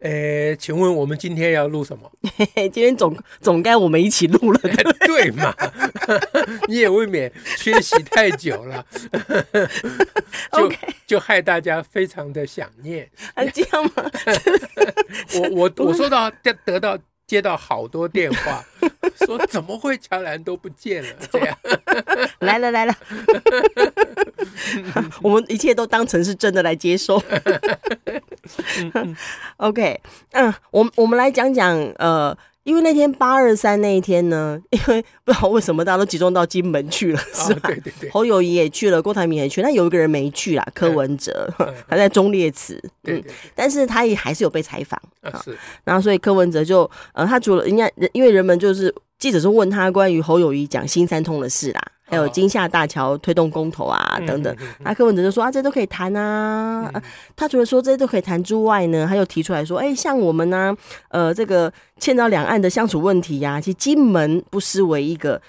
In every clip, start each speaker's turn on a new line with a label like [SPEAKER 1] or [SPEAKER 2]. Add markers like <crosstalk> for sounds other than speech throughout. [SPEAKER 1] 诶，请问我们今天要录什么？
[SPEAKER 2] 嘿嘿， <laughs> 今天总总该我们一起 <laughs> 录了。
[SPEAKER 1] 哎 <laughs> 对嘛， <laughs> 你也未免缺席太久
[SPEAKER 2] <laughs>
[SPEAKER 1] 了，就
[SPEAKER 2] OK，
[SPEAKER 1] 就害大家非常的想念。
[SPEAKER 2] 啊，这样吗？ <laughs>
[SPEAKER 1] 我我我收到得得到接到好多电
[SPEAKER 2] <laughs>
[SPEAKER 1] 话，说怎么会乔兰都不见了这样？
[SPEAKER 2] 来了来了，我们一切都当成是真的来接受。OK，嗯，我们我们来讲讲呃。因为那天八二三那一天呢，因为不知道为什么大家都集中到金门去了，
[SPEAKER 1] 啊
[SPEAKER 2] 是吧？
[SPEAKER 1] 对对对
[SPEAKER 2] 侯友谊也去了，郭台铭也去，但有一个人没去啦，柯文哲，他在中烈祠，
[SPEAKER 1] 对
[SPEAKER 2] 嗯，
[SPEAKER 1] 对对
[SPEAKER 2] 但是他也还是有被采访，
[SPEAKER 1] 啊是
[SPEAKER 2] 然后所以柯文哲就，呃，他除了人家，人因为人们就是记者是问他关于侯友谊讲新三通的事啦，还有
[SPEAKER 1] 哦
[SPEAKER 2] 金厦大桥推动公投啊等等。
[SPEAKER 1] 嗯嗯嗯
[SPEAKER 2] 啊，柯文哲就说啊，这都可以谈啊。呃他除了说这些都可以谈之外呢，他又提出来说，哎、像我们呢、呃，这个欠到两岸的相处问题呀、其实金门不失为一个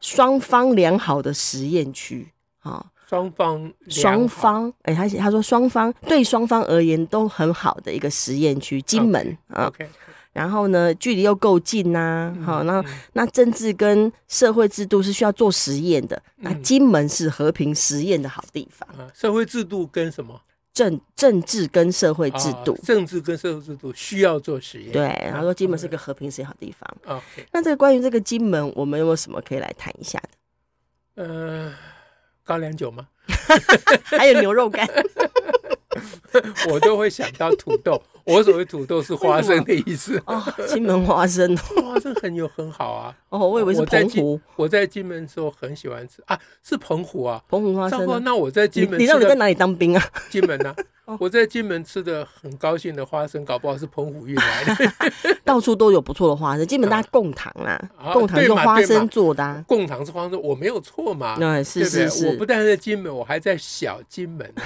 [SPEAKER 2] 双方良好的实验区啊。
[SPEAKER 1] 双方
[SPEAKER 2] 双
[SPEAKER 1] 良好
[SPEAKER 2] 方，哎、他写他说双方对双方而言都很好的一个实验区，金门啊，
[SPEAKER 1] OK
[SPEAKER 2] 然后呢，距离又够近呐、好、那
[SPEAKER 1] 嗯
[SPEAKER 2] 那政治跟社会制度是需要做实验的，那
[SPEAKER 1] 嗯
[SPEAKER 2] 金门是和平实验的好地方，
[SPEAKER 1] 啊社会制度跟什么
[SPEAKER 2] 政政治跟社会制
[SPEAKER 1] 啊
[SPEAKER 2] 度，
[SPEAKER 1] 政治跟社会制度需要做实验。
[SPEAKER 2] 对，然后说金门是
[SPEAKER 1] 个
[SPEAKER 2] 个和平实验好地
[SPEAKER 1] 嗯
[SPEAKER 2] 方。
[SPEAKER 1] OK
[SPEAKER 2] 那这个关于这个金门，我们有没有什么可以来谈一
[SPEAKER 1] <laughs>
[SPEAKER 2] 下的？
[SPEAKER 1] 呃高粱酒吗？ <laughs>
[SPEAKER 2] 还有牛肉干，
[SPEAKER 1] 我都会想到土豆。 <laughs> 我所谓土豆是花生的意思，
[SPEAKER 2] 哦，金门花生哦
[SPEAKER 1] 花生很有很好啊。
[SPEAKER 2] 哦，我以为是
[SPEAKER 1] 在
[SPEAKER 2] 澎
[SPEAKER 1] 金
[SPEAKER 2] 湖，
[SPEAKER 1] 我在金门的时候很喜欢吃啊，是澎湖啊。
[SPEAKER 2] 澎湖花
[SPEAKER 1] 糟
[SPEAKER 2] 生
[SPEAKER 1] 糕，
[SPEAKER 2] 啊。
[SPEAKER 1] 那我在
[SPEAKER 2] 你
[SPEAKER 1] 金门
[SPEAKER 2] 你到
[SPEAKER 1] 吃
[SPEAKER 2] 底在
[SPEAKER 1] 的
[SPEAKER 2] 哪里当兵啊？
[SPEAKER 1] <laughs> 金门呢、
[SPEAKER 2] <laughs> 哦
[SPEAKER 1] 我在金门吃的很高兴的花生，搞不好是澎湖运来的。
[SPEAKER 2] 到处都有不错的花生，基本大家贡糖啦，
[SPEAKER 1] 啊
[SPEAKER 2] 贡糖
[SPEAKER 1] 对
[SPEAKER 2] 用
[SPEAKER 1] 嘛
[SPEAKER 2] 花
[SPEAKER 1] 对
[SPEAKER 2] 生
[SPEAKER 1] 嘛
[SPEAKER 2] 做的、啊。
[SPEAKER 1] 贡糖是花生，我没有错嘛。
[SPEAKER 2] 那、啊是
[SPEAKER 1] 啊对不对
[SPEAKER 2] 是是，
[SPEAKER 1] 我不但在金门，我还在小金门、
[SPEAKER 2] <laughs>
[SPEAKER 1] 啊。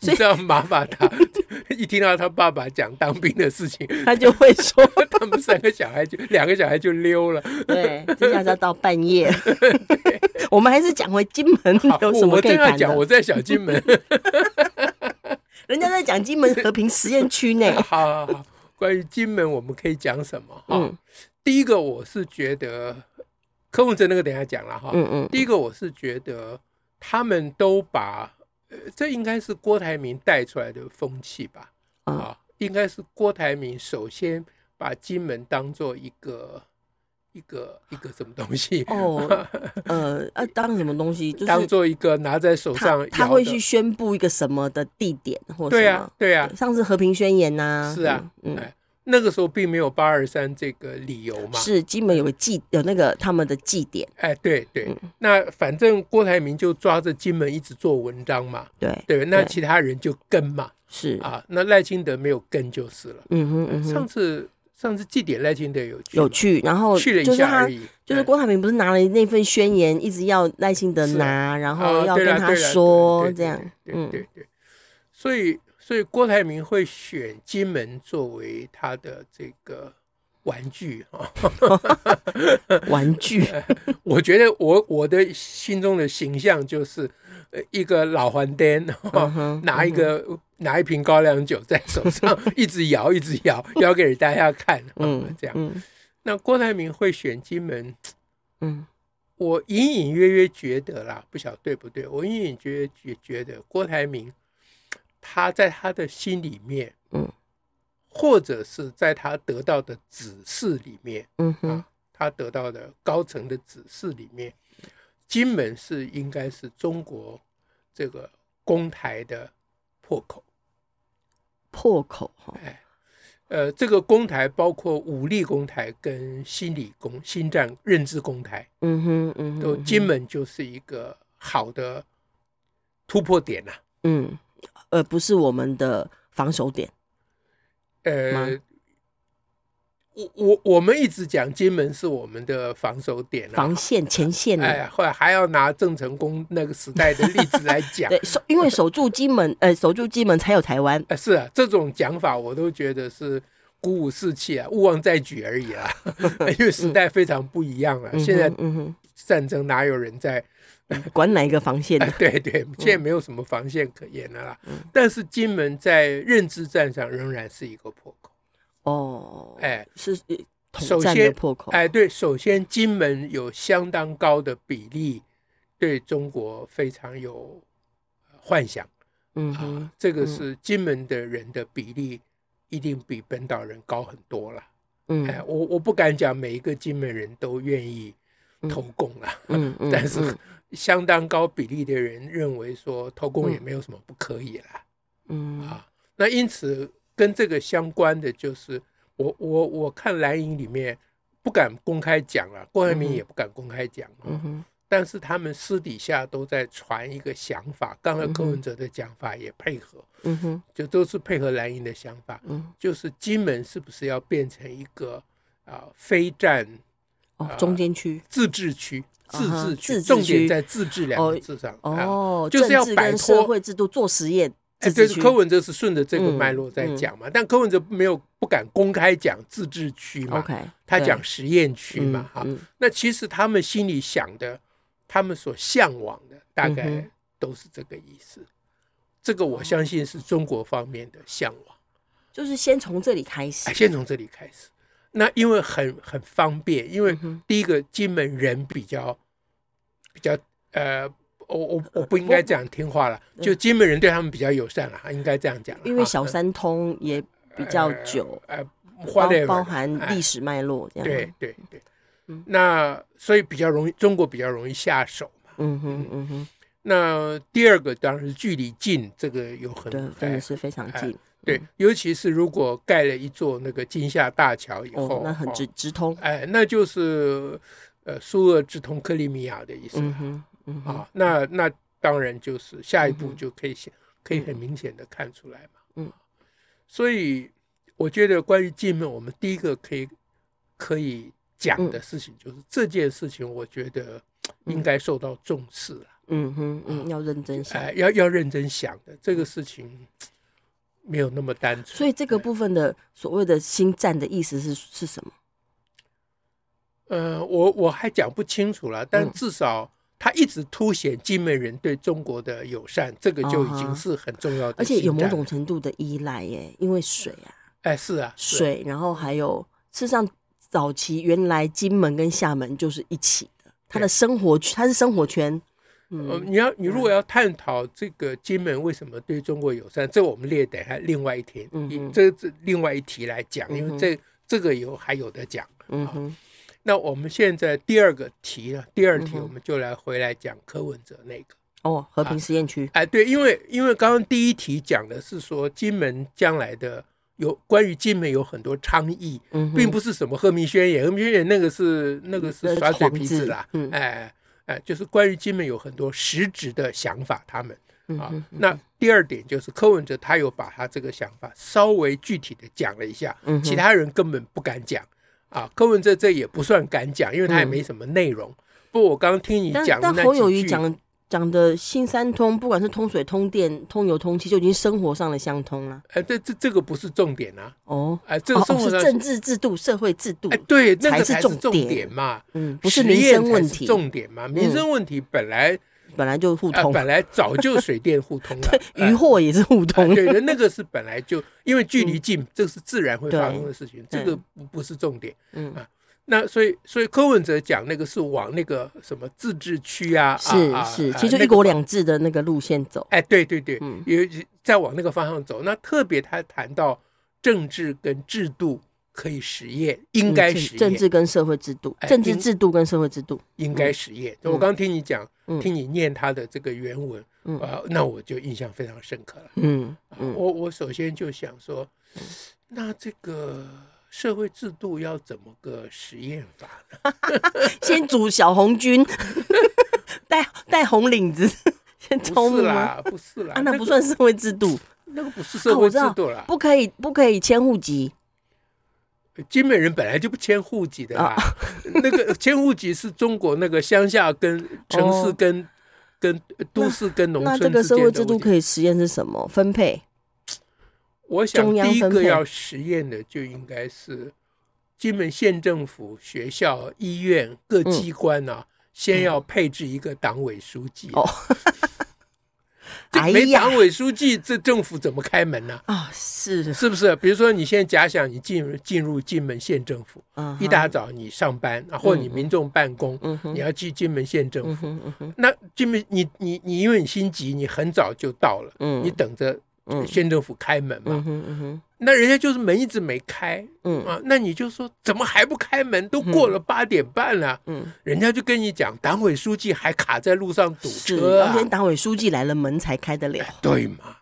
[SPEAKER 1] 你知道马马达 <laughs> 一听到他爸爸讲当兵的事情， <laughs>
[SPEAKER 2] 他就会说，
[SPEAKER 1] 他们三个小孩就两个小孩就溜了。
[SPEAKER 2] 对，这下子要到半夜。我们还是讲回金门
[SPEAKER 1] 好，
[SPEAKER 2] <laughs> 有什么
[SPEAKER 1] 我
[SPEAKER 2] 可以
[SPEAKER 1] 正要
[SPEAKER 2] 谈
[SPEAKER 1] 讲，
[SPEAKER 2] 的。
[SPEAKER 1] 我在小金
[SPEAKER 2] <laughs>
[SPEAKER 1] 门。，
[SPEAKER 2] 人家在讲金门和平实验区内
[SPEAKER 1] <laughs> 好好好，关于金门我们可以讲什么？哈、
[SPEAKER 2] 嗯
[SPEAKER 1] 第一个我是觉得柯文哲那个等一下讲了哈。
[SPEAKER 2] 嗯嗯，
[SPEAKER 1] 第一个我是觉得他们都把，呃，这应该是郭台铭带出来的风气吧？
[SPEAKER 2] 嗯
[SPEAKER 1] 啊，应该是郭台铭首先把金门当做一个一个一个什么东西。 <laughs>
[SPEAKER 2] 哦，呃，呃，当什么东西 <laughs> 就
[SPEAKER 1] 当
[SPEAKER 2] 是
[SPEAKER 1] 做一个拿在手
[SPEAKER 2] 他
[SPEAKER 1] 上
[SPEAKER 2] 他
[SPEAKER 1] 摇
[SPEAKER 2] 会
[SPEAKER 1] 的
[SPEAKER 2] 去宣布一个什么的地点或
[SPEAKER 1] 对
[SPEAKER 2] 什
[SPEAKER 1] 啊
[SPEAKER 2] 么。，
[SPEAKER 1] 对啊
[SPEAKER 2] 对，上次和平宣言呐、
[SPEAKER 1] 是啊
[SPEAKER 2] 嗯，嗯
[SPEAKER 1] 哎，那个时候并没有八二三这个理由嘛，
[SPEAKER 2] 是金门有个祭，有那个他们的祭典，
[SPEAKER 1] 哎，对对，
[SPEAKER 2] 嗯
[SPEAKER 1] 那反正郭台铭就抓着金门一直做文章嘛，
[SPEAKER 2] 对，
[SPEAKER 1] 对不对，那
[SPEAKER 2] 对
[SPEAKER 1] 其他人就跟嘛，
[SPEAKER 2] 是，
[SPEAKER 1] 啊，那赖清德没有跟就是了。
[SPEAKER 2] 嗯哼嗯
[SPEAKER 1] 上
[SPEAKER 2] 哼，
[SPEAKER 1] 次上次祭典赖清德有去
[SPEAKER 2] 有
[SPEAKER 1] 吗
[SPEAKER 2] 趣，然后
[SPEAKER 1] 去了
[SPEAKER 2] 就
[SPEAKER 1] 一
[SPEAKER 2] 是
[SPEAKER 1] 下
[SPEAKER 2] 他
[SPEAKER 1] 而已，哎
[SPEAKER 2] 就是郭台铭不是拿了那份宣言，一直要耐心的拿，然后
[SPEAKER 1] 啊
[SPEAKER 2] 要
[SPEAKER 1] 对
[SPEAKER 2] 跟
[SPEAKER 1] 啦
[SPEAKER 2] 他
[SPEAKER 1] 对啦
[SPEAKER 2] 说
[SPEAKER 1] 对对
[SPEAKER 2] 这样，
[SPEAKER 1] 对对
[SPEAKER 2] 嗯
[SPEAKER 1] 对对，所以所以郭台铭会选金门作为他的这个玩具啊，
[SPEAKER 2] 玩具，
[SPEAKER 1] <laughs> 我觉得我我的心中的形象就是呃一个老还颠，
[SPEAKER 2] 嗯哼
[SPEAKER 1] 哦拿一个、拿一瓶高粱酒在
[SPEAKER 2] <laughs>
[SPEAKER 1] 手上一直摇一直摇，摇给大家看，
[SPEAKER 2] 嗯
[SPEAKER 1] 嗯，这样。
[SPEAKER 2] 嗯
[SPEAKER 1] 那郭台铭会选金门，
[SPEAKER 2] 嗯，
[SPEAKER 1] 我隐隐约约觉得啦，不晓得对不对，我隐隐觉觉觉得郭台铭他在他的心里面，
[SPEAKER 2] 嗯，
[SPEAKER 1] 或者是在他得到的指示里面，
[SPEAKER 2] 嗯
[SPEAKER 1] 啊
[SPEAKER 2] 哼，
[SPEAKER 1] 他得到的高层的指示里面，金门是应该是中国这个公台的破口。
[SPEAKER 2] 破口哈，
[SPEAKER 1] 哎，呃，这个公台包括武力公台跟心理公、心战、认知公台，
[SPEAKER 2] 嗯哼嗯哼，嗯
[SPEAKER 1] 都
[SPEAKER 2] 哼
[SPEAKER 1] 金，门就是一个好的突破点啊呐、
[SPEAKER 2] 嗯，而不是我们的防守点，
[SPEAKER 1] 呃
[SPEAKER 2] 吗，
[SPEAKER 1] 我我我们一直讲金门是我们的防守点啊，
[SPEAKER 2] 防线前线啊
[SPEAKER 1] 哎，
[SPEAKER 2] 的。
[SPEAKER 1] 后来还要拿郑成功那个时代的例子来
[SPEAKER 2] <laughs>
[SPEAKER 1] 讲
[SPEAKER 2] 对，，守因为守住金门，呃，守住金门才有台湾。
[SPEAKER 1] 呃是啊，这种讲法我都觉得是鼓舞士气啊，勿忘再举而
[SPEAKER 2] <laughs>
[SPEAKER 1] 已啦、因为时代非常不一样了、
[SPEAKER 2] 嗯哼
[SPEAKER 1] 啊现在
[SPEAKER 2] 嗯哼，嗯
[SPEAKER 1] 战争哪有
[SPEAKER 2] <laughs>
[SPEAKER 1] 人在？
[SPEAKER 2] 管哪一个防线
[SPEAKER 1] 哎
[SPEAKER 2] 呢？
[SPEAKER 1] <laughs> 对对，
[SPEAKER 2] 嗯
[SPEAKER 1] 现在没有什么防线可言了啦。但是金门在认知战上仍然是一个破口。
[SPEAKER 2] 哦，
[SPEAKER 1] 哎
[SPEAKER 2] 是呃统
[SPEAKER 1] 首
[SPEAKER 2] 战的
[SPEAKER 1] 先
[SPEAKER 2] 破口。
[SPEAKER 1] 哎，对，首先金门有相当高的比例对中国非常有呃幻想。
[SPEAKER 2] 嗯哼
[SPEAKER 1] 啊，，这个
[SPEAKER 2] 嗯
[SPEAKER 1] 是金门的人的比例一定比本岛人高很多了。哎，
[SPEAKER 2] 嗯
[SPEAKER 1] 我我不敢讲每一个金门人都愿意
[SPEAKER 2] 嗯
[SPEAKER 1] 投共啊，
[SPEAKER 2] 嗯嗯，
[SPEAKER 1] 但是
[SPEAKER 2] 嗯
[SPEAKER 1] 相当高比例的人认为说投共也
[SPEAKER 2] 嗯
[SPEAKER 1] 没有什么不可以啦。
[SPEAKER 2] 嗯
[SPEAKER 1] 啊，那因此跟这个相关的就是，我我我看蓝营里面不敢公开讲了、郭台
[SPEAKER 2] 嗯
[SPEAKER 1] 铭
[SPEAKER 2] 哼
[SPEAKER 1] 也不敢公开讲、啊，
[SPEAKER 2] 嗯哼，
[SPEAKER 1] 但是他们私底下都在传一个想法，刚才
[SPEAKER 2] 嗯哼
[SPEAKER 1] 柯文哲的讲法也配合，
[SPEAKER 2] 嗯哼，
[SPEAKER 1] 就都是配合蓝营的想法，
[SPEAKER 2] 嗯
[SPEAKER 1] 就是金门是不是要变成一个啊、非战呃
[SPEAKER 2] 哦，中间区
[SPEAKER 1] 自治区？自
[SPEAKER 2] 啊哈
[SPEAKER 1] 治区，
[SPEAKER 2] 自治
[SPEAKER 1] 重
[SPEAKER 2] 区
[SPEAKER 1] 点在“自治”两
[SPEAKER 2] 哦
[SPEAKER 1] 个字上。啊
[SPEAKER 2] 哦，
[SPEAKER 1] 就是要
[SPEAKER 2] 政治
[SPEAKER 1] 摆
[SPEAKER 2] 跟
[SPEAKER 1] 脱
[SPEAKER 2] 社会制度做实验，
[SPEAKER 1] 哎，
[SPEAKER 2] 自
[SPEAKER 1] 对
[SPEAKER 2] 治，区
[SPEAKER 1] 柯文哲是顺着这个脉
[SPEAKER 2] 嗯
[SPEAKER 1] 络在
[SPEAKER 2] 嗯
[SPEAKER 1] 讲嘛，但柯文哲没有不敢公开讲自治区嘛
[SPEAKER 2] OK，
[SPEAKER 1] 他
[SPEAKER 2] 对
[SPEAKER 1] 讲实验区
[SPEAKER 2] 嗯
[SPEAKER 1] 嘛，哈、
[SPEAKER 2] 嗯
[SPEAKER 1] 那其实他们心里想的，他们所向往的，大
[SPEAKER 2] 嗯
[SPEAKER 1] 概
[SPEAKER 2] 哼
[SPEAKER 1] 都是这个意思。这个我相信是中国方面的向往，
[SPEAKER 2] 就是先从这里开始
[SPEAKER 1] 哎，。先从这里开始。那因为很很方便，因为
[SPEAKER 2] 嗯哼
[SPEAKER 1] 第一个金门人比较比较呃，我我我不应该讲听话了，就金门人对他们比较友善了，应该这样讲了哈。
[SPEAKER 2] 呃嗯因为小三通也比较久，
[SPEAKER 1] 啊呃，花
[SPEAKER 2] 包
[SPEAKER 1] 类
[SPEAKER 2] 包含历
[SPEAKER 1] 史、
[SPEAKER 2] 史脉络这
[SPEAKER 1] 哎
[SPEAKER 2] 样。
[SPEAKER 1] 对，对对，
[SPEAKER 2] 嗯
[SPEAKER 1] 那所以比较容易，中国比较容易下手嘛。
[SPEAKER 2] 嗯哼嗯哼，
[SPEAKER 1] 那第二个当然是距离近，这个有很
[SPEAKER 2] 对，嗯真的是非常近
[SPEAKER 1] 对，尤其是如果盖了一座那个金厦大桥以后，
[SPEAKER 2] 哦，那很直
[SPEAKER 1] 哦
[SPEAKER 2] 直通。
[SPEAKER 1] 哎，那就是呃苏俄直通克里米亚的意思
[SPEAKER 2] 嗯哼嗯哼
[SPEAKER 1] 啊。那那当然就是下一
[SPEAKER 2] 嗯
[SPEAKER 1] 步
[SPEAKER 2] 哼
[SPEAKER 1] 就可以显，可以很明显的看出来嘛。
[SPEAKER 2] 嗯，
[SPEAKER 1] 所以我觉得关于进门，我们第一个可以可以讲的事情就是这件事情，我觉得
[SPEAKER 2] 嗯
[SPEAKER 1] 应该受到重视了。
[SPEAKER 2] 嗯哼嗯，要认真想。
[SPEAKER 1] 哎，要要认真想的这个事情，没有那么单纯。
[SPEAKER 2] 所以这个部分的所谓的新战的意思是是什么？
[SPEAKER 1] 呃，我我还讲不清楚了，但
[SPEAKER 2] 嗯
[SPEAKER 1] 至少它一直凸显金门人对中国的友善，这个就已
[SPEAKER 2] 啊哈
[SPEAKER 1] 经是很重要的。
[SPEAKER 2] 而且有某种，程度的依赖耶，因为水啊，
[SPEAKER 1] 哎，是啊，是啊
[SPEAKER 2] 水，然后还有事实上早期原来金门跟厦门就是一起的，它的
[SPEAKER 1] 对
[SPEAKER 2] 生活圈，它是生活圈。
[SPEAKER 1] 呃，
[SPEAKER 2] 嗯
[SPEAKER 1] 你要你如果要探讨这个金门为什么对中国友善，这我们列等下另外一天，
[SPEAKER 2] 嗯
[SPEAKER 1] 一
[SPEAKER 2] 哼
[SPEAKER 1] 这这另外一题来讲，因
[SPEAKER 2] 嗯哼
[SPEAKER 1] 为这这个有还有的讲。
[SPEAKER 2] 嗯哼
[SPEAKER 1] 那我们现在第二个题了，第二
[SPEAKER 2] 嗯
[SPEAKER 1] 题
[SPEAKER 2] 哼
[SPEAKER 1] 我们就来回来讲柯文哲那个。
[SPEAKER 2] 哦，和平实验区。
[SPEAKER 1] 哎，对，因为因为刚刚第一题讲的是说金门将来的有关于金门有很多倡议，
[SPEAKER 2] 嗯哼，
[SPEAKER 1] 并不是什么和平宣言，和平宣言那个是那个
[SPEAKER 2] 那
[SPEAKER 1] 是
[SPEAKER 2] 是
[SPEAKER 1] 耍嘴
[SPEAKER 2] 幌
[SPEAKER 1] 皮
[SPEAKER 2] 子
[SPEAKER 1] 子啦，
[SPEAKER 2] 嗯
[SPEAKER 1] 哎哎，就是关于金门有很多实质的想法，他们
[SPEAKER 2] 嗯
[SPEAKER 1] 啊
[SPEAKER 2] 哼。
[SPEAKER 1] 那第二点就是柯文哲他有把他这个想法稍微具体的讲了一下
[SPEAKER 2] 嗯哼，
[SPEAKER 1] 其他人根本不敢讲啊。柯文哲这也不算敢讲，因为他也
[SPEAKER 2] 嗯
[SPEAKER 1] 没什么内容。不过我刚刚听你
[SPEAKER 2] 但
[SPEAKER 1] 讲的
[SPEAKER 2] 但
[SPEAKER 1] 那
[SPEAKER 2] 侯友
[SPEAKER 1] 几
[SPEAKER 2] 谊
[SPEAKER 1] 句
[SPEAKER 2] 讲讲的新三通，不管是通水、通电、通油、通气，就已经生活上的相通了。
[SPEAKER 1] 哎，这这这个不是重点啊，
[SPEAKER 2] 哦，
[SPEAKER 1] 哎，这个
[SPEAKER 2] 哦
[SPEAKER 1] 生活
[SPEAKER 2] 是
[SPEAKER 1] 上，
[SPEAKER 2] 政治制度、社会制度
[SPEAKER 1] 哎，，对，那
[SPEAKER 2] 才
[SPEAKER 1] 个
[SPEAKER 2] 是
[SPEAKER 1] 才
[SPEAKER 2] 重
[SPEAKER 1] 是重
[SPEAKER 2] 点
[SPEAKER 1] 点嘛，
[SPEAKER 2] 嗯，不是
[SPEAKER 1] 实
[SPEAKER 2] 民
[SPEAKER 1] 验
[SPEAKER 2] 生
[SPEAKER 1] 才
[SPEAKER 2] 问
[SPEAKER 1] 是
[SPEAKER 2] 题，
[SPEAKER 1] 重点嘛，民
[SPEAKER 2] 嗯
[SPEAKER 1] 生问题本来
[SPEAKER 2] 本来就互
[SPEAKER 1] 啊
[SPEAKER 2] 通，，
[SPEAKER 1] 本来早就水电互通了
[SPEAKER 2] <laughs> 鱼货也是互
[SPEAKER 1] 哎
[SPEAKER 2] 通。
[SPEAKER 1] 对的，那个是本来就因为距离近，这是自然会发生的事情，
[SPEAKER 2] 嗯对
[SPEAKER 1] 这个不不是重点。
[SPEAKER 2] 嗯
[SPEAKER 1] 啊，那所以所以柯文哲讲那个是往那个什么自治区啊，啊
[SPEAKER 2] 是
[SPEAKER 1] 啊
[SPEAKER 2] 是，
[SPEAKER 1] 啊
[SPEAKER 2] 其实就
[SPEAKER 1] 那
[SPEAKER 2] 一
[SPEAKER 1] 个
[SPEAKER 2] 国两制的那个路线走。
[SPEAKER 1] 哎，对对对
[SPEAKER 2] 嗯，
[SPEAKER 1] 也再往那个方向走。那特别他谈到政治跟制度可以实验，应
[SPEAKER 2] 嗯
[SPEAKER 1] 该
[SPEAKER 2] 政
[SPEAKER 1] 实验，
[SPEAKER 2] 政治跟社会制度，
[SPEAKER 1] 哎
[SPEAKER 2] 政治
[SPEAKER 1] 应
[SPEAKER 2] 制度跟社会制度，
[SPEAKER 1] 应该实验。
[SPEAKER 2] 嗯
[SPEAKER 1] 我刚听你讲
[SPEAKER 2] 嗯，
[SPEAKER 1] 听你念他的这个原文，
[SPEAKER 2] 嗯
[SPEAKER 1] 呃，那我就印象非常深刻了。 <laughs>
[SPEAKER 2] 嗯嗯
[SPEAKER 1] 我我首先就想说， <sniffs> 那这个社会制度要怎么个实验法呢？
[SPEAKER 2] 先组小红
[SPEAKER 1] <laughs>
[SPEAKER 2] 军，戴戴红领子，先抽木
[SPEAKER 1] 不是
[SPEAKER 2] 吗？
[SPEAKER 1] 啦，不是啦，
[SPEAKER 2] 啊，那不算社
[SPEAKER 1] <laughs>
[SPEAKER 2] 会制度，
[SPEAKER 1] 那个，那个不是
[SPEAKER 2] 啊
[SPEAKER 1] 社
[SPEAKER 2] 我
[SPEAKER 1] 会
[SPEAKER 2] 知
[SPEAKER 1] 制
[SPEAKER 2] 道
[SPEAKER 1] 度啦。
[SPEAKER 2] 不可以，不可以迁户籍，
[SPEAKER 1] 金门人本来就不迁户籍的
[SPEAKER 2] 啊
[SPEAKER 1] 啦， <laughs> 那个迁户籍是中国那个乡下跟城市
[SPEAKER 2] 哦
[SPEAKER 1] 跟、跟都市跟农
[SPEAKER 2] 那
[SPEAKER 1] 村
[SPEAKER 2] 这个
[SPEAKER 1] 之
[SPEAKER 2] 社
[SPEAKER 1] 间
[SPEAKER 2] 会
[SPEAKER 1] 的
[SPEAKER 2] 制度
[SPEAKER 1] 问题
[SPEAKER 2] 可以实验是什么？分配
[SPEAKER 1] 我想
[SPEAKER 2] 中央
[SPEAKER 1] 第一
[SPEAKER 2] 分
[SPEAKER 1] 个
[SPEAKER 2] 配
[SPEAKER 1] 要实验的就应该是金门县政府、学校、医院各
[SPEAKER 2] 嗯
[SPEAKER 1] 机关啊，先要配置一个党委书记。啊
[SPEAKER 2] 哦
[SPEAKER 1] <laughs> 这
[SPEAKER 2] 哎
[SPEAKER 1] 没
[SPEAKER 2] 呀
[SPEAKER 1] 党委书记，这政府怎么开门呢、
[SPEAKER 2] 啊，是
[SPEAKER 1] 是不是？比如说，你现在假想你进入进入金门县政府，
[SPEAKER 2] 啊，
[SPEAKER 1] 一大早你上班啊，或你民众办公，
[SPEAKER 2] 嗯哼
[SPEAKER 1] 你要去金门县政府
[SPEAKER 2] 嗯。哼嗯哼
[SPEAKER 1] 那金门，你你你，因为你心急，你很早就到了，
[SPEAKER 2] 嗯
[SPEAKER 1] 你等着
[SPEAKER 2] 嗯
[SPEAKER 1] 县政府开门嘛。
[SPEAKER 2] 嗯哼嗯哼
[SPEAKER 1] 那人家就是门一直没开
[SPEAKER 2] 嗯
[SPEAKER 1] 啊，那你就说怎么还不开门？都过了八点半了，
[SPEAKER 2] 嗯，
[SPEAKER 1] 人家就跟你讲，党委书记还卡在路上堵
[SPEAKER 2] 是
[SPEAKER 1] 车
[SPEAKER 2] 要
[SPEAKER 1] 啊，哎
[SPEAKER 2] 先党委书记来了门才开得了。
[SPEAKER 1] 对嘛？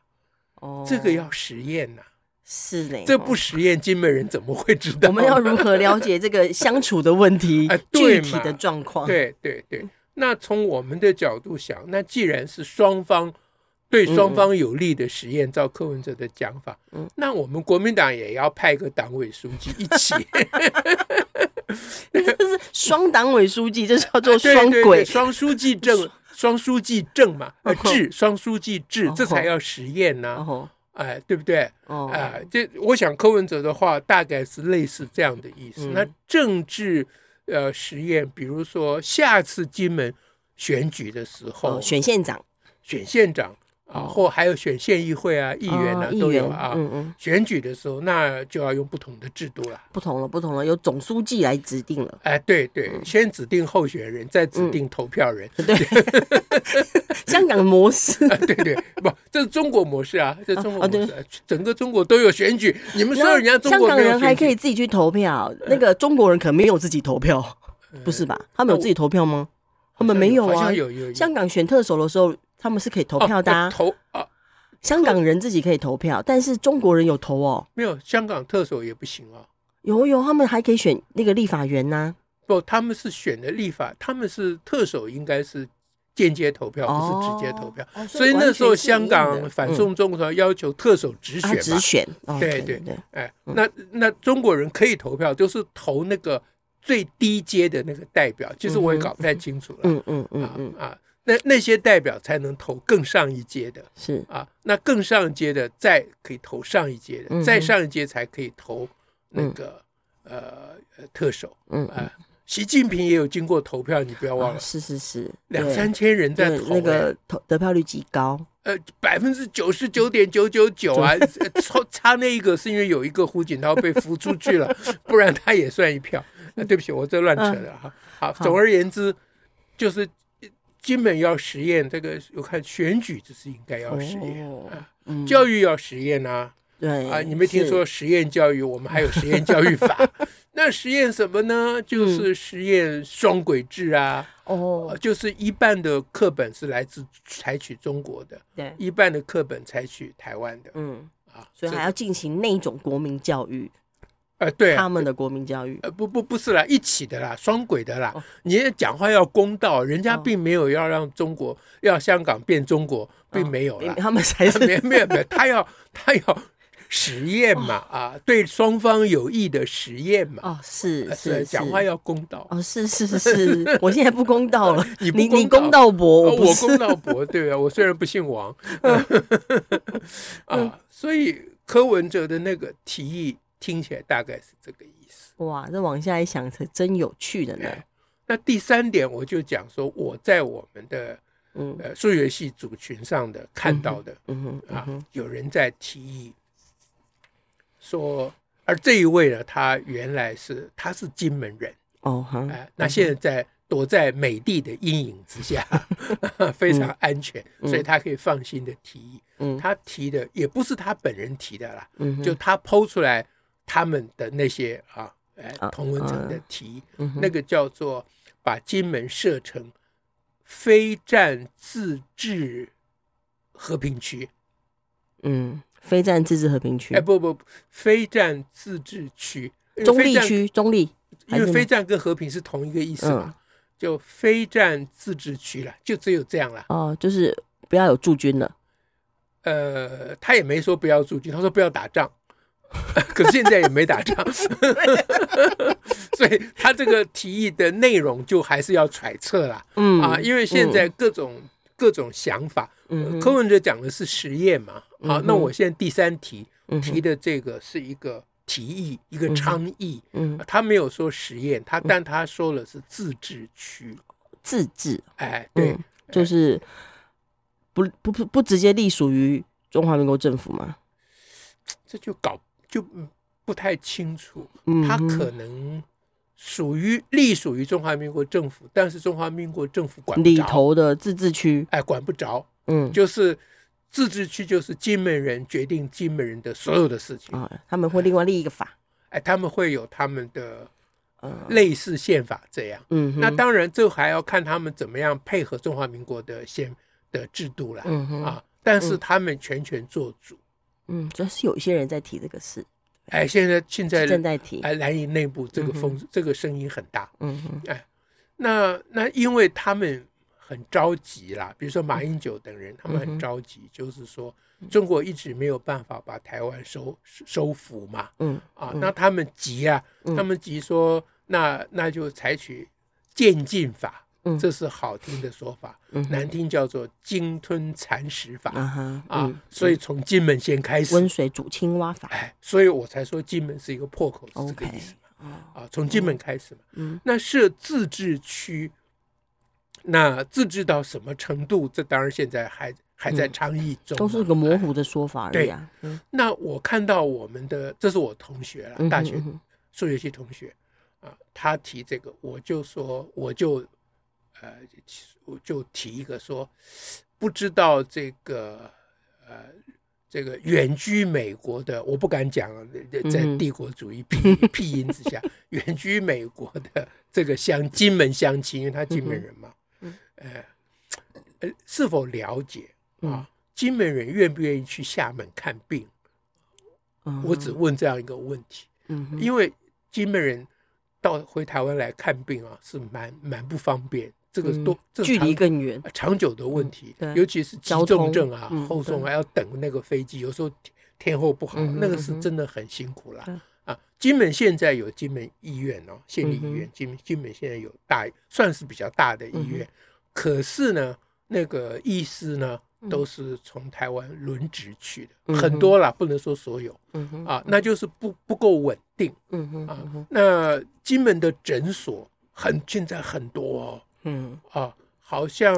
[SPEAKER 2] 哦
[SPEAKER 1] 这个要实验呐、
[SPEAKER 2] 是呢，
[SPEAKER 1] 这不
[SPEAKER 2] 哦
[SPEAKER 1] 实验金门人怎么会知道呢？
[SPEAKER 2] 我们要如何了解这个相处的问题
[SPEAKER 1] 哎，对
[SPEAKER 2] <laughs> 具
[SPEAKER 1] 嘛
[SPEAKER 2] 体的状况？，
[SPEAKER 1] 对对对，那从我们的角度想，那既然是双方对双方有利的实验，照柯文哲的讲法，
[SPEAKER 2] 嗯
[SPEAKER 1] 那我们国民党也要派个党委书记一起
[SPEAKER 2] <laughs> 这是双党委书记，这叫做
[SPEAKER 1] 啊对
[SPEAKER 2] 双
[SPEAKER 1] 对对
[SPEAKER 2] 轨。
[SPEAKER 1] 双书记政。双书记政嘛，呃，
[SPEAKER 2] 哦吼
[SPEAKER 1] 制双书记制
[SPEAKER 2] 哦，
[SPEAKER 1] 这才
[SPEAKER 2] 吼
[SPEAKER 1] 要实验呢、
[SPEAKER 2] 哦
[SPEAKER 1] 哎、对不对？
[SPEAKER 2] 哦，
[SPEAKER 1] 啊、这我想柯文哲的话大概是类似这样的意思。
[SPEAKER 2] 嗯
[SPEAKER 1] 那政治呃实验，比如说下次金门选举的时候，
[SPEAKER 2] 哦，选县长、
[SPEAKER 1] 选县长啊，
[SPEAKER 2] 哦
[SPEAKER 1] 或还有选县议会啊、议员啊
[SPEAKER 2] 哦议
[SPEAKER 1] 都有
[SPEAKER 2] 员
[SPEAKER 1] 啊。
[SPEAKER 2] 嗯嗯，
[SPEAKER 1] 选举的时候，那就要用不同的制度了。
[SPEAKER 2] 不同了，不同了，由总书记来指定了。
[SPEAKER 1] 哎，对对，
[SPEAKER 2] 嗯
[SPEAKER 1] 先指定候选人，再指定投票人。
[SPEAKER 2] 对，香港模式。
[SPEAKER 1] <laughs> 啊，对对，不，这是中国模式啊，这是中国
[SPEAKER 2] 啊对
[SPEAKER 1] 模式啊、整个中国都有选举。你们
[SPEAKER 2] 然
[SPEAKER 1] 说
[SPEAKER 2] 后
[SPEAKER 1] 人家中
[SPEAKER 2] 香
[SPEAKER 1] 国
[SPEAKER 2] 港
[SPEAKER 1] 没有
[SPEAKER 2] 人还
[SPEAKER 1] 选
[SPEAKER 2] 可以
[SPEAKER 1] 举，嗯
[SPEAKER 2] 自己去投票，那个中国人可没有自己投票，不是吧？他们有自己投票吗？他们没有
[SPEAKER 1] 好
[SPEAKER 2] 啊
[SPEAKER 1] 像。有有有
[SPEAKER 2] 香港选特首的时候，他们是可以投票的
[SPEAKER 1] 哦
[SPEAKER 2] 啊。
[SPEAKER 1] 投啊，
[SPEAKER 2] 香港人自己可以投票，但是中国人有投哦，
[SPEAKER 1] 没有香港特首也不行啊。
[SPEAKER 2] 有有，他们还可以选那个立法员呐。
[SPEAKER 1] 不，他们是选的立法，他们是特首，应该是间接投票，不是直接投票。
[SPEAKER 2] 哦，哦
[SPEAKER 1] 所以那时候香港反
[SPEAKER 2] 嗯
[SPEAKER 1] 送中的时候要求特首直选
[SPEAKER 2] 啊
[SPEAKER 1] 嘛，
[SPEAKER 2] 直选，哦
[SPEAKER 1] 对
[SPEAKER 2] 对对，
[SPEAKER 1] 哎，那那中国人可以投票，就是投那个最低阶的那个代表，其实我也搞不太清楚了，
[SPEAKER 2] 嗯嗯嗯嗯，
[SPEAKER 1] 啊啊，那那些代表才能投更上一阶的
[SPEAKER 2] 是
[SPEAKER 1] 啊，那更上一阶的再可以投上一阶的，
[SPEAKER 2] 嗯哼
[SPEAKER 1] 再上一阶才可以投那个、呃呃特首
[SPEAKER 2] 嗯
[SPEAKER 1] 啊。习近平也有经过投票，你不要忘
[SPEAKER 2] 啊
[SPEAKER 1] 了，
[SPEAKER 2] 是是是，
[SPEAKER 1] 两
[SPEAKER 2] 对
[SPEAKER 1] 三千人在
[SPEAKER 2] 对
[SPEAKER 1] 投、
[SPEAKER 2] 那
[SPEAKER 1] 哎
[SPEAKER 2] 个投得票率极高，
[SPEAKER 1] 呃，百分之九十九点九九九啊，呃差差那一个是因为有一个胡锦涛被扶出去了， <laughs> 不然他也算一票。呃、对不起，我这乱扯的
[SPEAKER 2] 嗯
[SPEAKER 1] 哈、好，
[SPEAKER 2] 好
[SPEAKER 1] 总而言之，就是呃金门要实验这个，我看选举这是应该要实验，
[SPEAKER 2] 哦
[SPEAKER 1] 啊
[SPEAKER 2] 嗯
[SPEAKER 1] 教育要实验啊。
[SPEAKER 2] 对
[SPEAKER 1] 啊，你没听
[SPEAKER 2] 是
[SPEAKER 1] 说实验教育？我们还有实验教育法。
[SPEAKER 2] <laughs>
[SPEAKER 1] 那实验什么呢？就是实验双轨制啊，
[SPEAKER 2] 嗯哦
[SPEAKER 1] 呃？就是一半的课本是来自采取中国的。
[SPEAKER 2] 对，
[SPEAKER 1] 一半的课本采取台湾的
[SPEAKER 2] 嗯，
[SPEAKER 1] 啊，
[SPEAKER 2] 所以还
[SPEAKER 1] 这
[SPEAKER 2] 要进行那种国民教育，
[SPEAKER 1] 呃对啊
[SPEAKER 2] 他们的国民教育
[SPEAKER 1] 呃不不不是啦，一起的啦，双轨的啦
[SPEAKER 2] 哦。
[SPEAKER 1] 你讲话要公道，人家
[SPEAKER 2] 哦
[SPEAKER 1] 并没有要让中国要香港变中国，并没有
[SPEAKER 2] 并
[SPEAKER 1] 啦，
[SPEAKER 2] 啊他们才是
[SPEAKER 1] <laughs> 没有没有没有，他要 <laughs> 他要实验嘛啊，对双方有益的实验嘛，
[SPEAKER 2] 哦，是
[SPEAKER 1] 呃
[SPEAKER 2] 是
[SPEAKER 1] 讲
[SPEAKER 2] 是
[SPEAKER 1] 话要公道。
[SPEAKER 2] 哦，是是是，我现在不公道了
[SPEAKER 1] <laughs> ，你不
[SPEAKER 2] 你
[SPEAKER 1] 公
[SPEAKER 2] 你公
[SPEAKER 1] 道
[SPEAKER 2] 道伯，
[SPEAKER 1] 哦
[SPEAKER 2] 我不
[SPEAKER 1] 我
[SPEAKER 2] 是
[SPEAKER 1] 公道伯，对啊，我虽然不姓
[SPEAKER 2] <laughs>
[SPEAKER 1] 王，
[SPEAKER 2] 嗯
[SPEAKER 1] <laughs> 啊，所以柯文哲的那个提议听起来大概是这个意思。
[SPEAKER 2] 哇，这往下一想才真有趣的呢。
[SPEAKER 1] 那第三点，我就讲说我在我们的
[SPEAKER 2] 嗯
[SPEAKER 1] 呃数学系组群上的看到的、
[SPEAKER 2] 嗯哼嗯
[SPEAKER 1] 啊
[SPEAKER 2] 哼，
[SPEAKER 1] 有人在提议说，而这一位呢，他原来是他是金门人，
[SPEAKER 2] 哦哈
[SPEAKER 1] 哎、那现在在躲在美帝的阴影
[SPEAKER 2] <laughs>
[SPEAKER 1] 之下，非常安全，
[SPEAKER 2] 嗯
[SPEAKER 1] 所以他可以放心的提议。
[SPEAKER 2] 嗯
[SPEAKER 1] 他提的也不是他本人提的啦，
[SPEAKER 2] 嗯哼
[SPEAKER 1] 就他剖出来他们的那些啊，哎
[SPEAKER 2] 啊，
[SPEAKER 1] 同文层的
[SPEAKER 2] 啊
[SPEAKER 1] 提议。
[SPEAKER 2] 嗯哼
[SPEAKER 1] 那个叫做把金门设成非战自治和平区，
[SPEAKER 2] 嗯非战自治和平区
[SPEAKER 1] 哎，不不，不非战自治区，因为
[SPEAKER 2] 中
[SPEAKER 1] 非
[SPEAKER 2] 立
[SPEAKER 1] 战，
[SPEAKER 2] 区中立还
[SPEAKER 1] 因为
[SPEAKER 2] 是
[SPEAKER 1] 非
[SPEAKER 2] 吗
[SPEAKER 1] 战跟和平是同一个意思嘛
[SPEAKER 2] 嗯，
[SPEAKER 1] 就非战自治区了，就只有这样了。
[SPEAKER 2] 哦，就是不要有驻军了
[SPEAKER 1] 呃，他也没说不要驻军，他说不要打仗。 <laughs> 可是现在也没打仗， <laughs> 所以他这个提议的内容就还是要揣测啦。
[SPEAKER 2] 嗯
[SPEAKER 1] 啊，因为现在各种、各种想法，
[SPEAKER 2] 嗯
[SPEAKER 1] 柯文哲讲的是实验嘛，啊
[SPEAKER 2] 嗯，
[SPEAKER 1] 那
[SPEAKER 2] 哼
[SPEAKER 1] 我现在第三题
[SPEAKER 2] 嗯
[SPEAKER 1] 提的这个是一个提议，一个倡议，
[SPEAKER 2] 嗯，
[SPEAKER 1] 他没有说实验，他但他说了是自治区，
[SPEAKER 2] 自治
[SPEAKER 1] 哎，对
[SPEAKER 2] 嗯，就是不不不不直接隶属于中华民国政府嘛。
[SPEAKER 1] 这就搞就嗯不太清楚，
[SPEAKER 2] 嗯
[SPEAKER 1] 他
[SPEAKER 2] 哼
[SPEAKER 1] 可能属于隶属于中华民国政府，但是中华民国政府管不
[SPEAKER 2] 里
[SPEAKER 1] 着，
[SPEAKER 2] 头的自治区，
[SPEAKER 1] 哎，管不着，
[SPEAKER 2] 嗯，
[SPEAKER 1] 就是自治区就是金门人决定金门人的所有的事情，
[SPEAKER 2] 啊，他们会另外立一个法，
[SPEAKER 1] 哎，他们会有他们的
[SPEAKER 2] 嗯
[SPEAKER 1] 类似宪法这样。
[SPEAKER 2] 嗯哼，
[SPEAKER 1] 那当然，这还要看他们怎么样配合中华民国的宪的制度啦。
[SPEAKER 2] 嗯哼
[SPEAKER 1] 啊，但是他们全权做主。
[SPEAKER 2] 嗯，主要是有一些人在提这个事，
[SPEAKER 1] 哎，现在现在
[SPEAKER 2] 正在提，
[SPEAKER 1] 哎，蓝营内部这个风、这个声音很大。
[SPEAKER 2] 嗯哼，
[SPEAKER 1] 那那因为他们很着急啦，比如说马英九等人，他们
[SPEAKER 2] 嗯
[SPEAKER 1] 很
[SPEAKER 2] 哼嗯
[SPEAKER 1] 着急，就是说中国一直没有办法把台湾收收服嘛。
[SPEAKER 2] 嗯
[SPEAKER 1] 啊，
[SPEAKER 2] 嗯
[SPEAKER 1] 那他们急啊，
[SPEAKER 2] 嗯
[SPEAKER 1] 他们急说，那那就采取渐进法，
[SPEAKER 2] 嗯
[SPEAKER 1] 这是好听的说法，
[SPEAKER 2] 嗯哼
[SPEAKER 1] 难听叫做鲸吞蚕食法、
[SPEAKER 2] 啊哈
[SPEAKER 1] 啊，
[SPEAKER 2] 嗯
[SPEAKER 1] 所以从金门先开始，
[SPEAKER 2] 温水煮青蛙法，
[SPEAKER 1] 哎，所以我才说金门是一个破口，是这个
[SPEAKER 2] OK
[SPEAKER 1] 意思嘛啊，从金门开始嘛，
[SPEAKER 2] 嗯
[SPEAKER 1] 那设自治区，那自治到什么程度？这当然现在还还在倡议中嘛，啊
[SPEAKER 2] 都是个
[SPEAKER 1] 哎
[SPEAKER 2] 模糊的嗯说法而已啊，嗯
[SPEAKER 1] 那我看到我们的，这是我同学了，
[SPEAKER 2] 嗯
[SPEAKER 1] 大学
[SPEAKER 2] 嗯嗯
[SPEAKER 1] 数学系同学啊，他提这个，我就说，我就呃，我就提一个说，不知道这个呃，这个远居美国的，我不敢讲，呃在
[SPEAKER 2] 嗯
[SPEAKER 1] 帝国主义庇
[SPEAKER 2] <laughs>
[SPEAKER 1] 庇荫之下，远居美国的这个乡金门乡亲，因为他金门人嘛，
[SPEAKER 2] 嗯
[SPEAKER 1] 呃呃，是否了解
[SPEAKER 2] 嗯
[SPEAKER 1] 啊？金门人愿不愿意去厦门看病？
[SPEAKER 2] 嗯
[SPEAKER 1] 我只问这样一个问题。
[SPEAKER 2] 嗯哼
[SPEAKER 1] 因为金门人到回台湾来看病啊，是蛮蛮不方便，这个多、这
[SPEAKER 2] 嗯
[SPEAKER 1] 是
[SPEAKER 2] 距离
[SPEAKER 1] 长
[SPEAKER 2] 更远，
[SPEAKER 1] 长久的问题，
[SPEAKER 2] 嗯对
[SPEAKER 1] 尤其是急重症啊
[SPEAKER 2] 交、通嗯
[SPEAKER 1] 后送
[SPEAKER 2] 对
[SPEAKER 1] 还要等那个飞机，有时候天天候不好，
[SPEAKER 2] 嗯哼
[SPEAKER 1] 那个是
[SPEAKER 2] 嗯哼
[SPEAKER 1] 真的很辛苦啦。
[SPEAKER 2] 对
[SPEAKER 1] 啊，金门现在有金门医院哦，县立医
[SPEAKER 2] 嗯嗯
[SPEAKER 1] 院，金金门现在有大算是比较大的医院，可是呢，那个医师呢都是从台湾轮值去的，
[SPEAKER 2] 嗯嗯哼
[SPEAKER 1] 很多啦，不能说所有
[SPEAKER 2] 嗯哼
[SPEAKER 1] 啊，那就是不不够稳定。
[SPEAKER 2] 嗯哼
[SPEAKER 1] 啊
[SPEAKER 2] 嗯哼，
[SPEAKER 1] 那金门的诊所很现在很多哦，
[SPEAKER 2] 嗯
[SPEAKER 1] 啊，好像